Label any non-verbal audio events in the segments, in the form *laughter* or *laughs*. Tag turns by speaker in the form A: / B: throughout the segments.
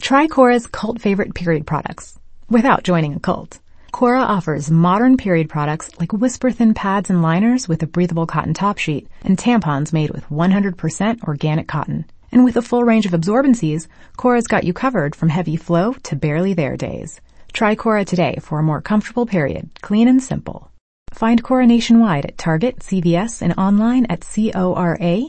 A: Try Cora's cult favorite period products without joining a cult. Cora offers modern period products like whisper thin pads and liners with a breathable cotton top sheet and tampons made with 100% organic cotton. And with a full range of absorbencies, Cora's got you covered from heavy flow to barely there days. Try Cora today for a more comfortable period, clean and simple. Find Cora nationwide at Target, CVS, and online at cora.life.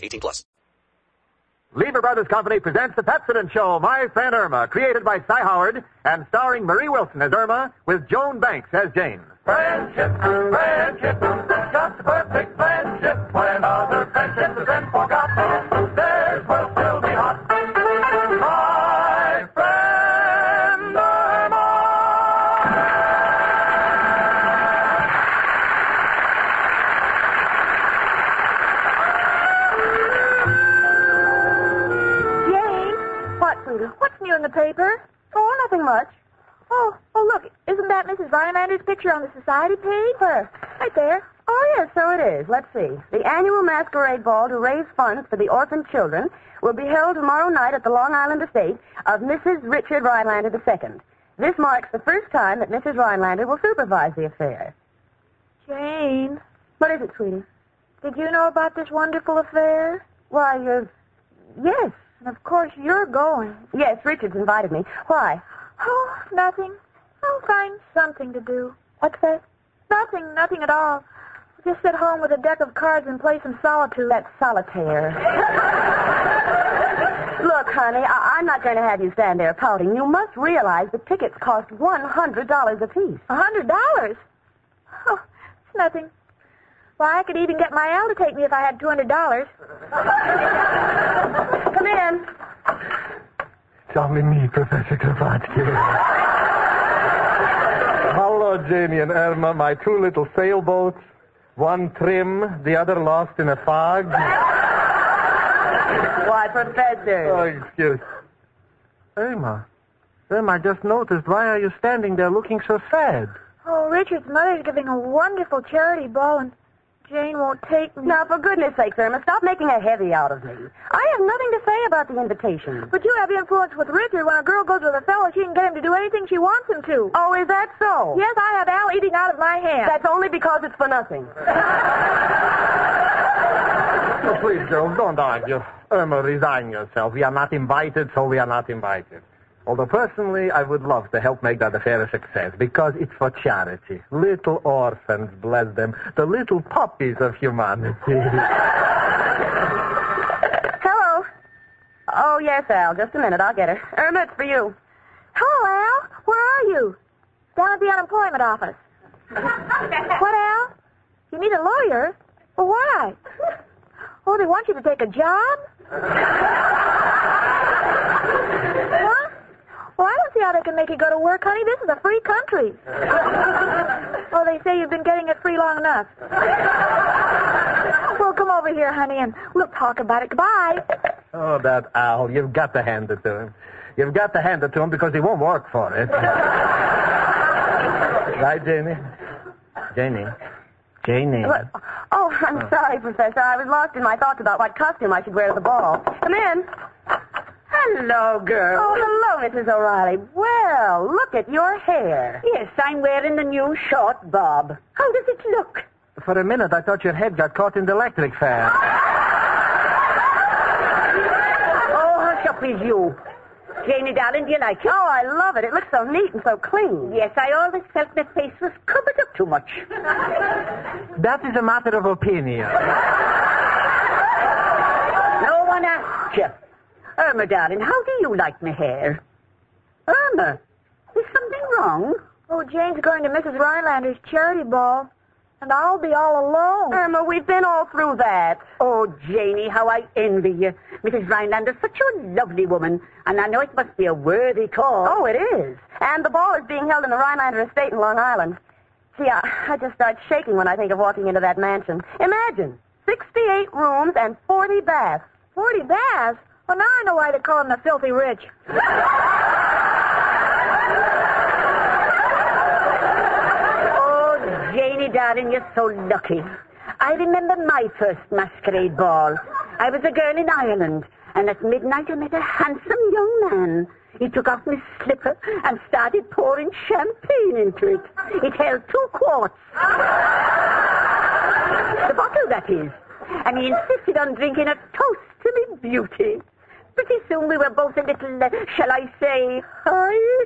B: 18 plus.
C: Lever Brothers Company presents the Pepsodent Show, My Fan Irma, created by Cy Howard and starring Marie Wilson as Irma with Joan Banks as Jane. Friendship, friendship, just perfect friendship. When other friendships have been forgotten, theirs will still be hot. My friend Irma!
D: Jane, what, Rita? What's new in the paper? Oh, nothing much. Oh, oh, look, isn't that Mrs. Vinelander's picture on the society page? Where? Right there.
E: Oh, yes, so it is. Let's see. The annual masquerade ball to raise funds for the orphan children will be held tomorrow night at the Long Island estate of Mrs. Richard Rhinelander II. This marks the first time that Mrs. Rhinelander will supervise the affair.
D: Jane,
E: What is it, sweetie?
D: did you know about this wonderful affair?
E: Why, you Yes.
D: And of course, you're going.
E: Yes, Richard's invited me. Why?
D: Oh, nothing. I'll find something to do.
E: What's that?
D: Nothing, nothing at all. Just sit home with a deck of cards and play some solitude.
E: That's
D: *laughs*
E: solitaire. Look, honey, I- I'm not going to have you stand there pouting. You must realize the tickets cost $100 apiece.
D: A hundred dollars? Oh, it's nothing. Why, I could even get my Al to take me if I had two hundred dollars.
E: Come in.
F: It's only me, Professor Kravatsky. Hello, Jamie and Irma, my two little sailboats. One trim, the other lost in a fog.
E: Why,
F: *laughs* Oh,
E: Professor.
F: excuse. Irma. Irma, I just noticed. Why are you standing there looking so sad?
D: Oh, Richard's mother's giving a wonderful charity ball, and Jane won't take me.
E: Now, for goodness sake, Irma, stop making a heavy out of me. I have nothing to say about the invitation.
D: But you have influence with Richard. When a girl goes with a fellow, she can get him to do anything she wants him to.
E: Oh, is that so?
D: Yes, I have Al eating out of my hand.
E: That's only because it's for nothing.
F: Oh, please, girls, don't argue. Irma, resign yourself. We are not invited, so we are not invited. Although personally, I would love to help make that affair a success because it's for charity. Little orphans, bless them, the little puppies of humanity. *laughs*
E: Hello. Oh, yes, Al. Just a minute. I'll get her. Irma, it's for you.
D: Hello, Al. Where are you? Down at the unemployment office. what, Al? You need a lawyer? Well, why? Oh, they want you to take a job? what? Well, I don't see how they can make you go to work, honey. This is a free country. oh, they say you've been getting it free long enough. well, come over here, honey, and we'll talk about it. Goodbye.
F: oh, that owl. You've got to hand it to him. You've got to hand it to him because he won't work for *laughs* it. right, Janie? Janie. Janie.
E: What? Oh, I'm sorry, Professor. I was lost in my thoughts about what costume I should wear to the ball. Come in. Hello, girl. Oh, hello, Mrs. O'Reilly. Well, look at your hair. Yes, I'm wearing the new short bob. How does it look?
F: For a minute, I thought your head got caught in the electric fan.
E: Oh, hush up with you. Janie, darling, do you like it? Oh, I love it. It looks so neat and so clean. Yes, I always felt my face was covered up too much.
F: That is a matter of opinion.
E: No one asked you. Irma, darling, how do you like my hair? Irma, is something wrong?
D: Oh, Jane's going to Mrs. Rhinelander's charity ball. and I'll be all alone.
E: Irma, we've been all through that. Oh, Janie, how I envy you. Mrs. Rhinelander's such a lovely woman, and I know it must be a worthy cause.
D: Oh, it
E: is. And the ball is being held in the Rhinelander Estate in Long Island. Gee, I, I just start shaking when I think of walking into that mansion. Imagine, 68 rooms and 40 baths.
D: Forty baths? Well, now I know why they call him the filthy rich.
E: Oh, Janie, darling, you're so lucky. I remember my first masquerade ball. I was a girl in Ireland, and at midnight I met a handsome young man. He took off my slipper and started pouring champagne into it. It held two quarts. the bottle, that is. And he insisted on drinking a toast to me beauty. Pretty soon we were both a little, uh, shall I say, *laughs* high.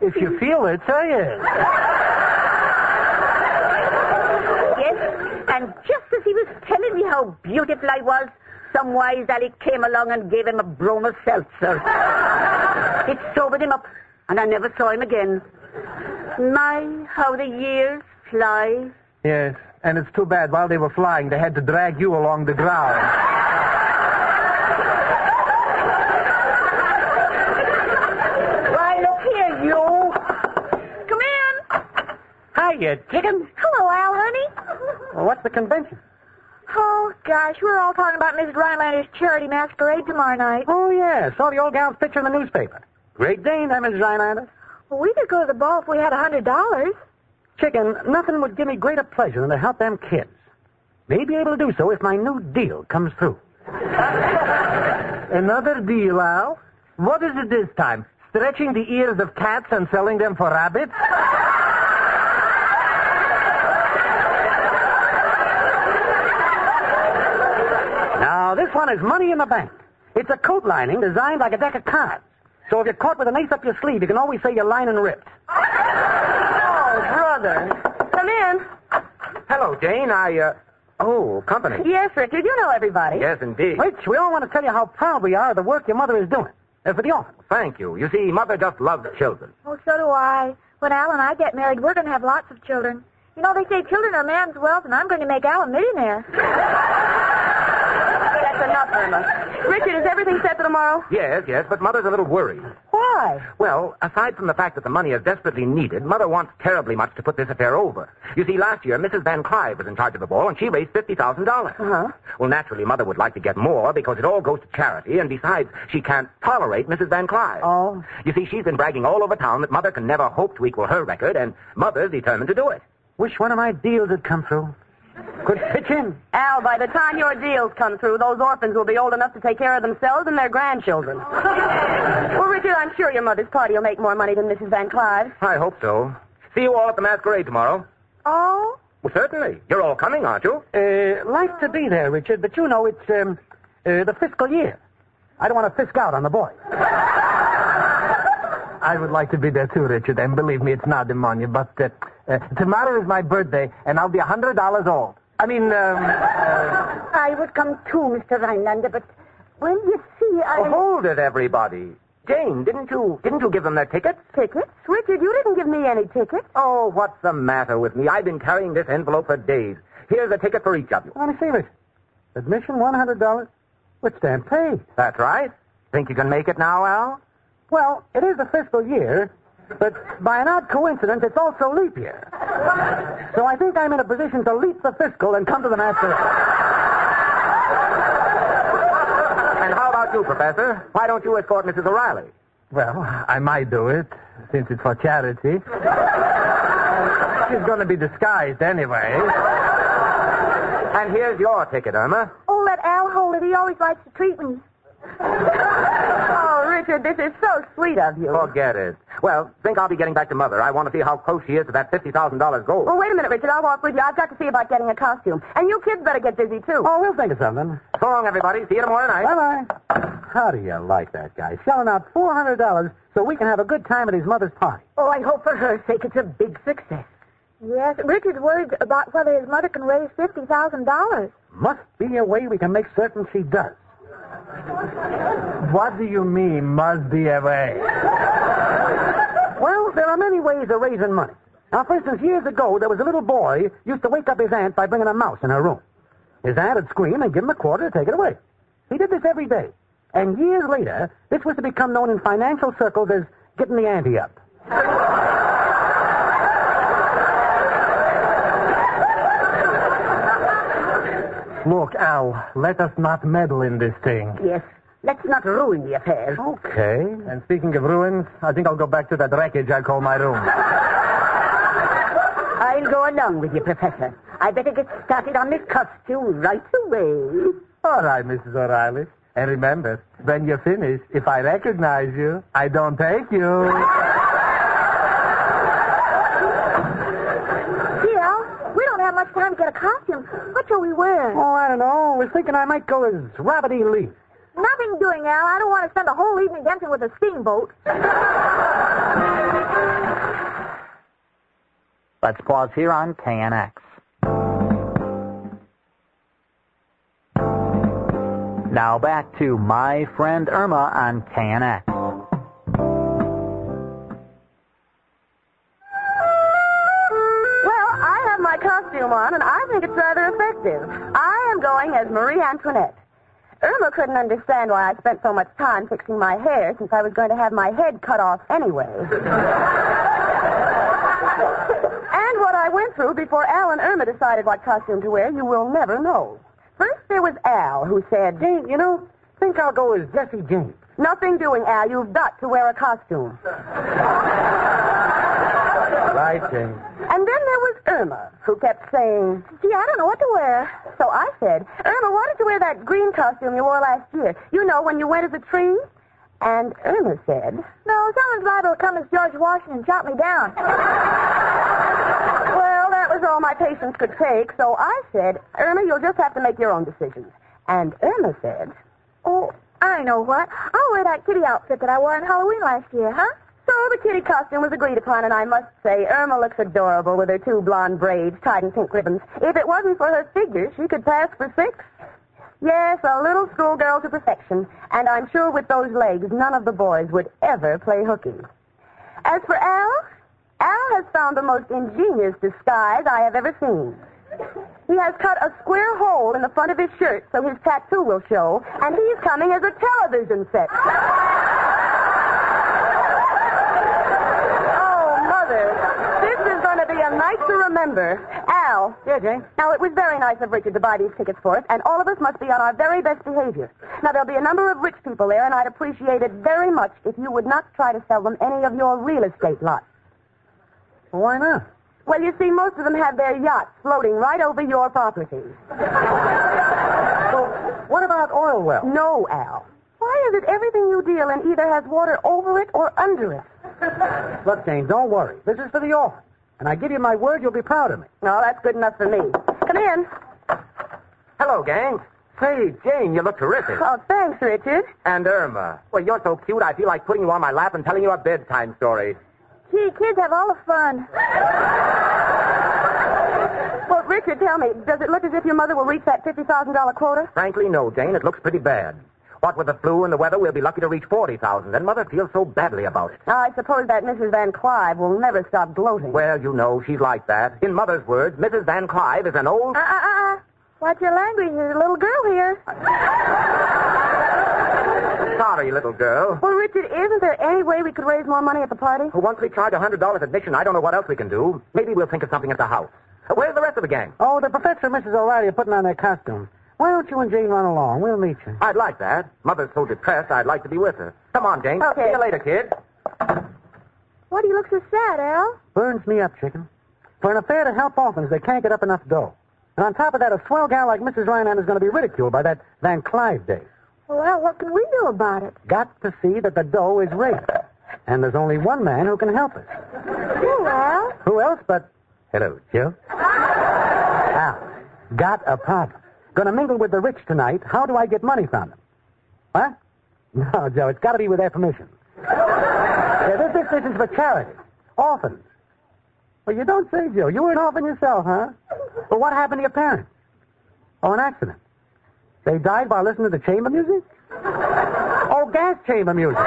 F: If you feel it, say it.
E: Yes, and just as he was telling me how beautiful I was, some wise alley came along and gave him a bromo seltzer. it sobered him up, and I never saw him again. My, how the years fly.
F: Yes, and it's too bad. While they were flying, they had to drag you along the ground.
E: Why, look here, you. Come in.
F: Hiya, chicken.
D: Hello, Al, honey.
F: Well, what's the convention?
D: Oh, gosh, we're all talking about Mrs. Rhinelander's charity masquerade tomorrow night.
F: Oh, yeah. Saw the old gal's picture in the *laughs* newspaper. Great Dane, that Mrs. Rhinelander.
D: Well, we could go to the ball if we had a hundred dollars.
F: Chicken, nothing would give me greater pleasure than to help them kids. May be able to do so if my new deal comes through. Another deal, Al? What is it this time? Stretching the ears of cats and selling them for rabbits? now, this one is money in the bank. It's a coat lining designed like a deck of cards. So if you're caught with an ace up your sleeve, you can always say you're lining ripped.
E: Oh, brother. Come in.
F: Hello, Jane. I, uh. Oh, company.
E: Yes, Richard, you know everybody.
C: Yes, indeed.
F: Rich, we all want to tell you how proud we are of the work your mother is doing uh, for the orphan.
C: Thank you. You see, Mother just loves children.
D: Oh, so do I. When Al and I get married, we're going to have lots of children. You know, they say children are man's wealth, and I'm going to make Al a
F: *laughs*
D: millionaire.
E: That's enough, Irma. Richard, is everything set for tomorrow?
C: Yes, yes, but Mother's a little worried.
E: Why?
C: Well, aside from the fact that the money is desperately needed, Mother wants terribly much to put this affair over. You see, last year, Mrs. Van Clive was in charge of the ball, and she raised $50,000. Uh-huh. Well, naturally, Mother would like to get more because it all goes to charity, and besides, she can't tolerate Mrs. Van Clive.
E: Oh.
C: You see, she's been bragging all over town that Mother can never hope to equal her record, and Mother's determined to do it.
F: Wish one of my deals had come through. Could pitch in.
E: Al, by the time your deals come through, those orphans will be old enough to take care of themselves and their grandchildren. *laughs* well, Richard, I'm sure your mother's party will make more money than Mrs. Van Clive's.
C: I hope so. See you all at the masquerade tomorrow.
D: Oh,
C: Well, certainly. You're all coming, aren't you?
F: Uh, like to be there, Richard, but you know it's um, uh, the fiscal year. I don't want to fisk out on the boy. *laughs* I would like to be there too, Richard, and believe me, it's not pneumonia, but uh, uh, tomorrow is my birthday, and I'll be a $100 old. I mean, um, uh,
E: I would come too, Mr. Rhinelander, but, well, you see, I...
C: Oh, hold it, everybody. Jane, didn't you didn't you give them their tickets?
E: Tickets? Richard, you didn't give me any tickets.
C: Oh, what's the matter with me? I've been carrying this envelope for days. Here's a ticket for each of you.
F: let me see, Richard. Admission, $100. With stamp paid.
C: That's right. Think you can make it now, Al?
F: Well, it is the fiscal year, but by an odd coincidence, it's also leap year. So I think I'm in a position to leap the fiscal and come to the master.
C: And how about you, Professor? Why don't you escort Mrs. O'Reilly?
F: Well, I might do it, since it's for charity. She's going to be disguised anyway.
C: And here's your ticket, Irma.
D: oh, let Al hold it. He always likes to treat me.
E: Oh, Richard, this is so sweet of you.
C: Forget it. Well, think I'll be getting back to Mother. I want to see how close she is to that $50,000 goal.
E: Well, wait a minute, Richard. I'll walk with you. I've got to see about getting a costume. And you kids better get busy, too.
F: Oh, we'll think of something.
C: So long, everybody. See you tomorrow night.
F: Bye-bye. How do you like that guy? Shelling out $400 so we can have a good time at his mother's party.
E: Oh, I hope for her sake it's a big success.
D: Yes, Richard's worried about whether his mother can raise fifty thousand dollars.
F: Must be a way we can make certain she does. What do you mean, must be a way? Well, there are many ways of raising money. Now, for instance, years ago, there was a little boy used to wake up his aunt by bringing a mouse in her room. His aunt would scream and give him a quarter to take it away. He did this every day. And years later, this was to become known in financial circles as getting the ante up. Look, Al, let us not meddle in this thing.
E: Yes. Let's not ruin the affair.
F: Okay. And speaking of ruins, I think I'll go back to that wreckage I call my room. *laughs*
E: I'll go along with you, Professor. I better get started on this costume right away.
F: All right, Mrs. O'Reilly. And remember, when you're finished, if I recognize you, I don't take you.
D: Gil, we don't have much time to get a costume. What shall we wear?
F: Oh, I don't know. I was thinking I might go as Robert E. Lee.
D: Nothing doing, Al. I don't want to spend the whole evening dancing with a steamboat.
G: Let's pause here on KNX. Now back to my friend Irma on KNX.
E: Well, I have my costume on, and I think it's rather effective. I am going as Marie Antoinette. Irma couldn't understand why I spent so much time fixing my hair since I was going to have my head cut off anyway. and what I went through before Al and Irma decided what costume to wear, you will never know. First, there was Al, who said, Jane, you know, think I'll go as Jesse James. Nothing doing, Al. You've got to wear a costume.
F: Right, Jane.
E: And then there was Irma, who kept saying, gee, I don't know what to wear. So I said, Irma, why don't you wear that green costume you wore last year? You know, when you went as a tree? And Irma said,
D: No, someone's liable to come as George Washington and chop me down.
E: well, that was all my patience could take. So I said, Irma, you'll just have to make your own decisions. And Irma said,
D: Oh, I know what. I'll wear that kitty outfit that I wore on Halloween last year, huh?
E: So the kitty costume was agreed upon, and I must say, Irma looks adorable with her two blonde braids tied in pink ribbons. If it wasn't for her figure, she could pass for six. Yes, a little schoolgirl to perfection, and I'm sure with those legs, none of the boys would ever play hooky. As for Al, Al has found the most ingenious disguise I have ever seen. He has cut a square hole in the front of his shirt so his tattoo will show, and he's coming as a television set. Oh, Mother, this is going to be a night to remember. Al. Dear Jane. Now, it was very nice of Richard to buy these tickets for us, and all of us must be on our very best behavior. Now, there'll be a number of rich people there, and I'd appreciate it very much if you would not try to sell them any of your real estate lots.
F: Why not?
E: Well, you see, most of them have their yachts floating right over your property.
F: So, what about oil well?
E: No, Al. Why is it everything you deal in either has water over it or under it?
F: *laughs* Look, Jane, don't worry. This is for the orphan. And I give you my word you'll be proud of me.
E: No, that's good enough for me. Come in.
F: Hello, gang. Say, Jane, you look terrific.
E: Oh, thanks, Richard.
F: And Irma. Well, you're so cute, I feel like putting you on my lap and telling you a bedtime story.
D: Gee, kids have all the fun.
E: Well, Richard, tell me, does it look as if your mother will reach that $50,000 quota?
F: Frankly, no, Jane. It looks pretty bad. What with the flu and the weather, we'll be lucky to reach 40,000, and Mother feels so badly about it.
E: Now, I suppose that Mrs. Van Clive will never stop gloating.
F: Well, you know, she's like that. In Mother's words, Mrs. Van Clive is an old...
D: Uh, uh, uh. Watch your language. There's a little girl here.
F: Sorry, little girl.
E: Well, Richard, isn't there any way we could raise more money at the party?
F: Once we charge a $100 admission, I don't know what else we can do. Maybe we'll think of something at the house. Uh, Where's the rest of the gang?
H: Oh, the professor and Mrs. O'Reilly are putting on their costumes. Why don't you and Jane run along? We'll meet you.
F: I'd like that. Mother's so depressed, I'd like to be with her. Come on, Jane.
E: Okay.
F: See you later, kid.
D: What do you look so sad, Al?
H: Burns me up, chicken. For an affair to help orphans, they can't get up enough dough. And on top of that, a swell gal like Mrs. Rhineland is going to be ridiculed by that Van Clive day.
D: Well, Al, what can we do about it?
H: Got to see that the dough is raked. And there's only one man who can help us.
D: Gee, Al.
H: Who else but
F: Hello, Joe.
H: Al? Got a problem. Going to mingle with the rich tonight. How do I get money from them? What? No, Joe, it's got to be with their permission. yeah, this, this, this is for charity. Orphans. Well, you don't say, Joe. You were an orphan yourself, huh? Well, what happened to your parents? Oh, an accident. They died while listening to chamber music? Oh, gas chamber music.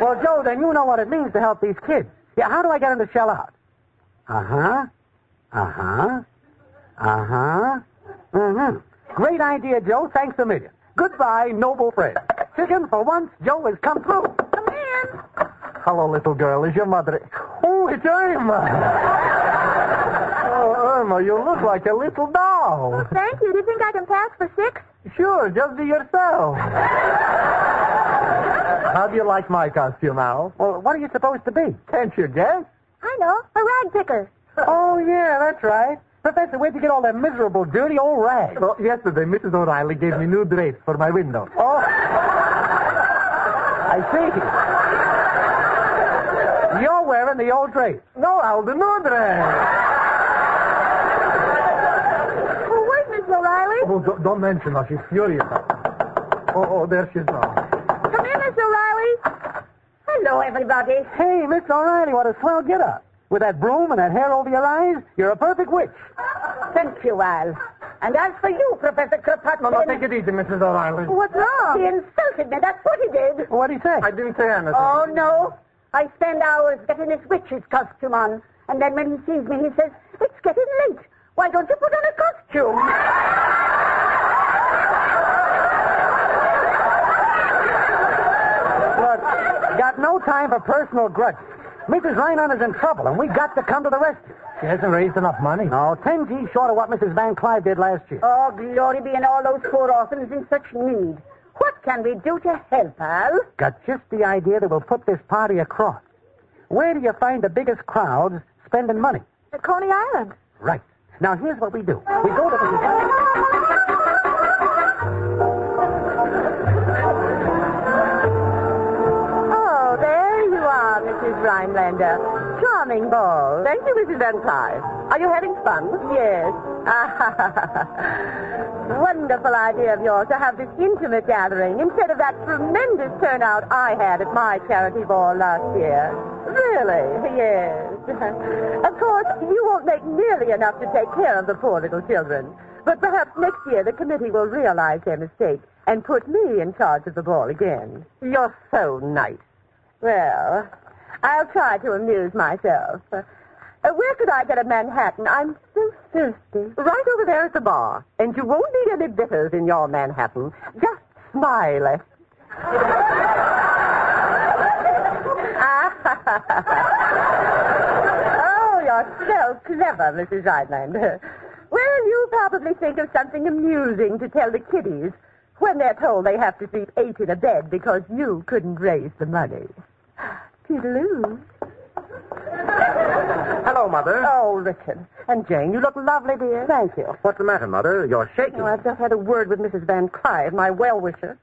H: Well, Joe, then you know what it means to help these kids. Yeah, how do I get him to shell out? Uh huh. Uh huh. Uh huh. Mm hmm. Great idea, Joe. Thanks a million. Goodbye, noble friend. Chicken, for once, Joe has come through.
D: Come in.
F: Hello, little girl. Is your mother? Oh, it's Irma. oh, Irma, you look like a little doll.
D: Oh, Thank you. Do you think I can pass for six?
F: Sure, just be yourself. How do you like my costume, Al?
H: Well, what are you supposed to be?
F: Can't you guess?
D: I know. A rag picker.
H: Oh, yeah, that's right. Professor, where'd you get all that miserable, dirty old rag?
F: Well, yesterday, Mrs. O'Reilly gave me new drapes for my window. Oh,
H: I see. You're wearing the old drapes.
F: no, Al, the new drapes.
D: Oh, wait, Miss O'Reilly.
F: Oh, don't, don't mention her. She's furious. Oh, oh, there she is now.
D: Come in, Miss O'Reilly. Hello, everybody.
H: Hey, Miss O'Reilly, what a swell get up. With that broom and that hair over your eyes, you're a perfect witch.
E: Thank you, Al. And as for you, Professor Kropotkin...
F: take it easy, Mrs. O'Reilly.
D: What's wrong?
E: He insulted me. That's what he did.
H: What'd he say?
F: I didn't say anything.
E: Oh, no. I spend hours getting this witch's costume on. And then when he sees me, he says, It's getting late. Why don't you put on a costume?
H: Look, got no time for personal grudges. Mrs. Rhinon is in trouble, and we got to come to the rescue.
F: She hasn't raised enough money.
H: No, ten G's short of what Mrs. Van Clive did last year.
E: Oh, glory be in all those poor orphans in such need. What can we do to help, Al?
H: Got just the idea that will put this party across. Where do you find the biggest crowds spending money?
D: At Coney Island.
H: Right. Now, here's what we do. We go to the...
E: Oh, there you are, Mrs. Rhinelander. Charming ball. Thank you, Mrs. Van Clive. Are you having fun? Yes. *laughs* Wonderful idea of yours to have this intimate gathering instead of that tremendous turnout I had at my charity ball last year. Really? Yes. *laughs* of course, you won't make nearly enough to take care of the poor little children. But perhaps next year the committee will realize their mistake and put me in charge of the ball again. You're so nice. Well, I'll try to amuse myself. Uh, where could I get a Manhattan? I'm so thirsty. Right over there at the bar. And you won't need any bitters in your Manhattan. Just smile. *laughs* oh, you're so clever, Mrs. Rhineland. Well, you probably think of something amusing to tell the kiddies when they're told they have to sleep eight in a bed because you couldn't raise the money. Toodaloo.
F: Hello, Mother.
E: Oh, Richard. And Jane, you look lovely, dear. Thank you.
F: What's the matter, Mother? You're shaking.
E: Oh, I've just had a word with Mrs. Van Clive, my well-wisher.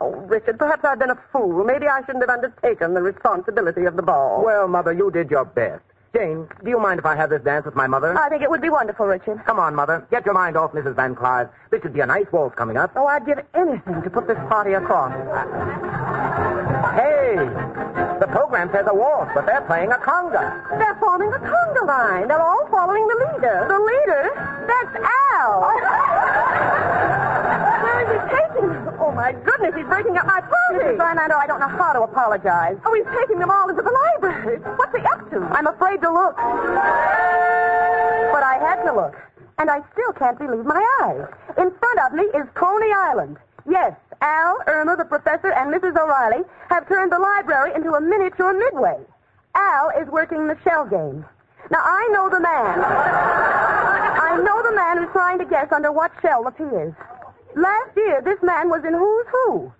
E: Oh, Richard, perhaps I've been a fool. Maybe I shouldn't have undertaken the responsibility of the ball.
F: Well, Mother, you did your best. Jane, do you mind if I have this dance with my mother?
E: I think it would be wonderful, Richard.
F: Come on, Mother. Get your mind off Mrs. Van Clive. This should be a nice waltz coming up.
E: Oh, I'd give anything to put this party across.
F: Hey! The program says a waltz, but they're playing a conga.
E: They're forming a conga line. They're all following the leader. The leader? That's Al. *laughs* Where is he taking them? Oh, my goodness, he's breaking up my party. Mrs. Rhinando, I don't know how to apologize. Oh, he's taking them all into the library. What's he up to? I'm afraid to look. But I had to look. And I still can't believe my eyes. In front of me is Coney Island. Yes, Al, Irma, the professor, and Mrs. O'Reilly have turned the library into a miniature midway. Al is working the shell game. Now, I know the man. I know the man who's trying to guess under what shell appears. Last year, this man was in Who's Who.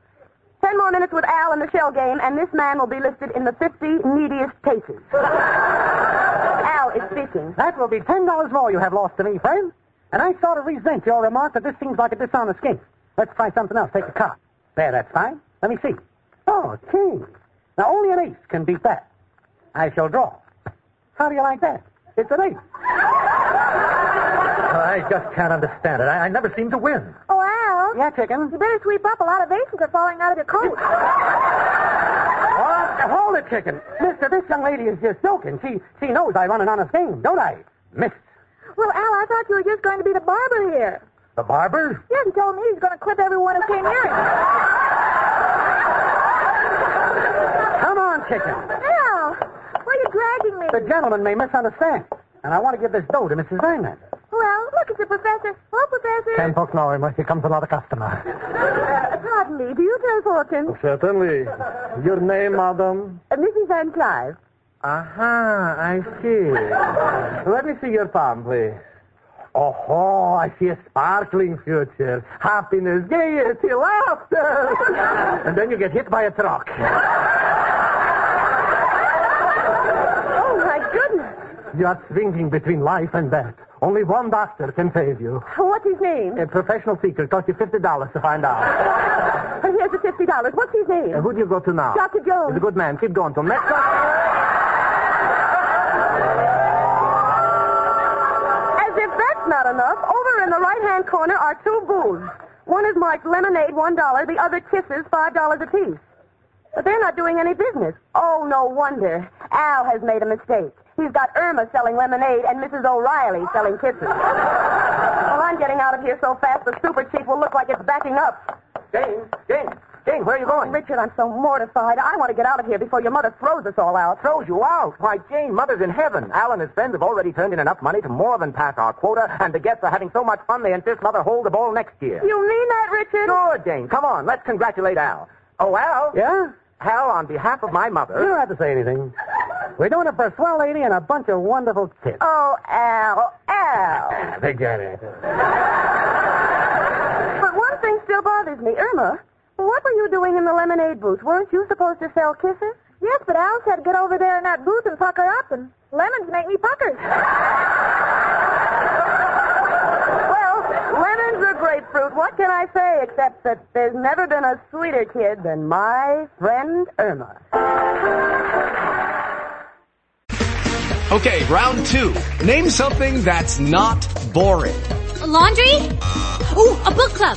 E: Ten more minutes with Al in the shell game, and this man will be listed in the 50 neediest cases. Al is speaking.
H: That will be ten dollars more you have lost to me, friend. And I sort of resent your remark that this seems like a dishonest game. Let's try something else. Take a card. There, that's fine. Let me see. Oh, king. Now only an ace can beat that. I shall draw. How do you like that? It's an ace.
F: I just can't understand it. I, I never seem to win.
D: Oh, Al.
H: Yeah, chicken.
D: You better sweep up. A lot of aces are falling out of your coat.
H: Oh, hold it, chicken. Mister, this young lady is just joking. She she knows I run an honest game, don't I? Miss.
D: well, Al, I thought you were just going to be the barber here.
F: The barber?
D: Yes, he told me he's going to clip everyone who came near him.
H: Come on, chicken.
D: Al, why are you dragging
H: The gentleman may misunderstand. And I want to give this dough to Mrs. Diamond.
D: Well, look, it's the professor. Hello, Professor.
H: Temple Norma, here comes another customer.
E: Uh, pardon me, do you tell fortunes?
F: Certainly. Your name, madam?
E: Uh, Mrs. Van Clive.
F: Aha, I see. Let me see your palm, please. Oh, I see a sparkling future. Happiness, gaiety, laughter. and then you get hit by a truck.
E: Oh, my goodness.
F: You are swinging between life and death. Only one doctor can save you.
E: What's his name?
F: A professional seeker cost you $50 to find out.
E: And Uh, here's the $50. What's his name?
F: Uh, Who do you go to now?
E: Dr. Jones.
F: He's a good man. Keep going to next doctor.
E: As if that's not enough, over in the right-hand corner are two booths. One is marked lemonade, one dollar. The other kisses, five dollars apiece. But they're not doing any business. Oh, no wonder. Al has made a mistake. He's got Irma selling lemonade and Mrs. O'Reilly selling kisses. well, I'm getting out of here so fast the super cheap will look like it's backing up.
F: Jane, Jane, Jane, where are you going?
E: Richard, I'm so mortified. I want to get out of here before your mother throws us all out.
F: throws you out. Why, Jane, Mother's in heaven. Al and his friends have already turned in enough money to more than pass our quota, and the guests are having so much fun they insist Mother hold the ball next year.
E: You mean that, Richard?
F: Sure, Jane. Come on, let's congratulate Al. Oh, Al?
H: Yeah?
F: Al, on behalf of my
H: You
F: mother.
H: don't have to say anything. We're doing it for a swell lady and a bunch of wonderful kids.
E: Oh, Al, Al.
H: They get it.
E: But one thing still bothers me. Irma, what were you doing in the lemonade booth? Weren't you supposed to sell kisses?
D: Yes, but Al said get over there in that booth and pucker up, and lemons make me pucker.
E: Well, lemons or grapefruit, what can I say except that there's never been a sweeter kid than my friend Irma.
I: Okay, round two. Name something that's not boring.
J: laundry? Ooh, a book club.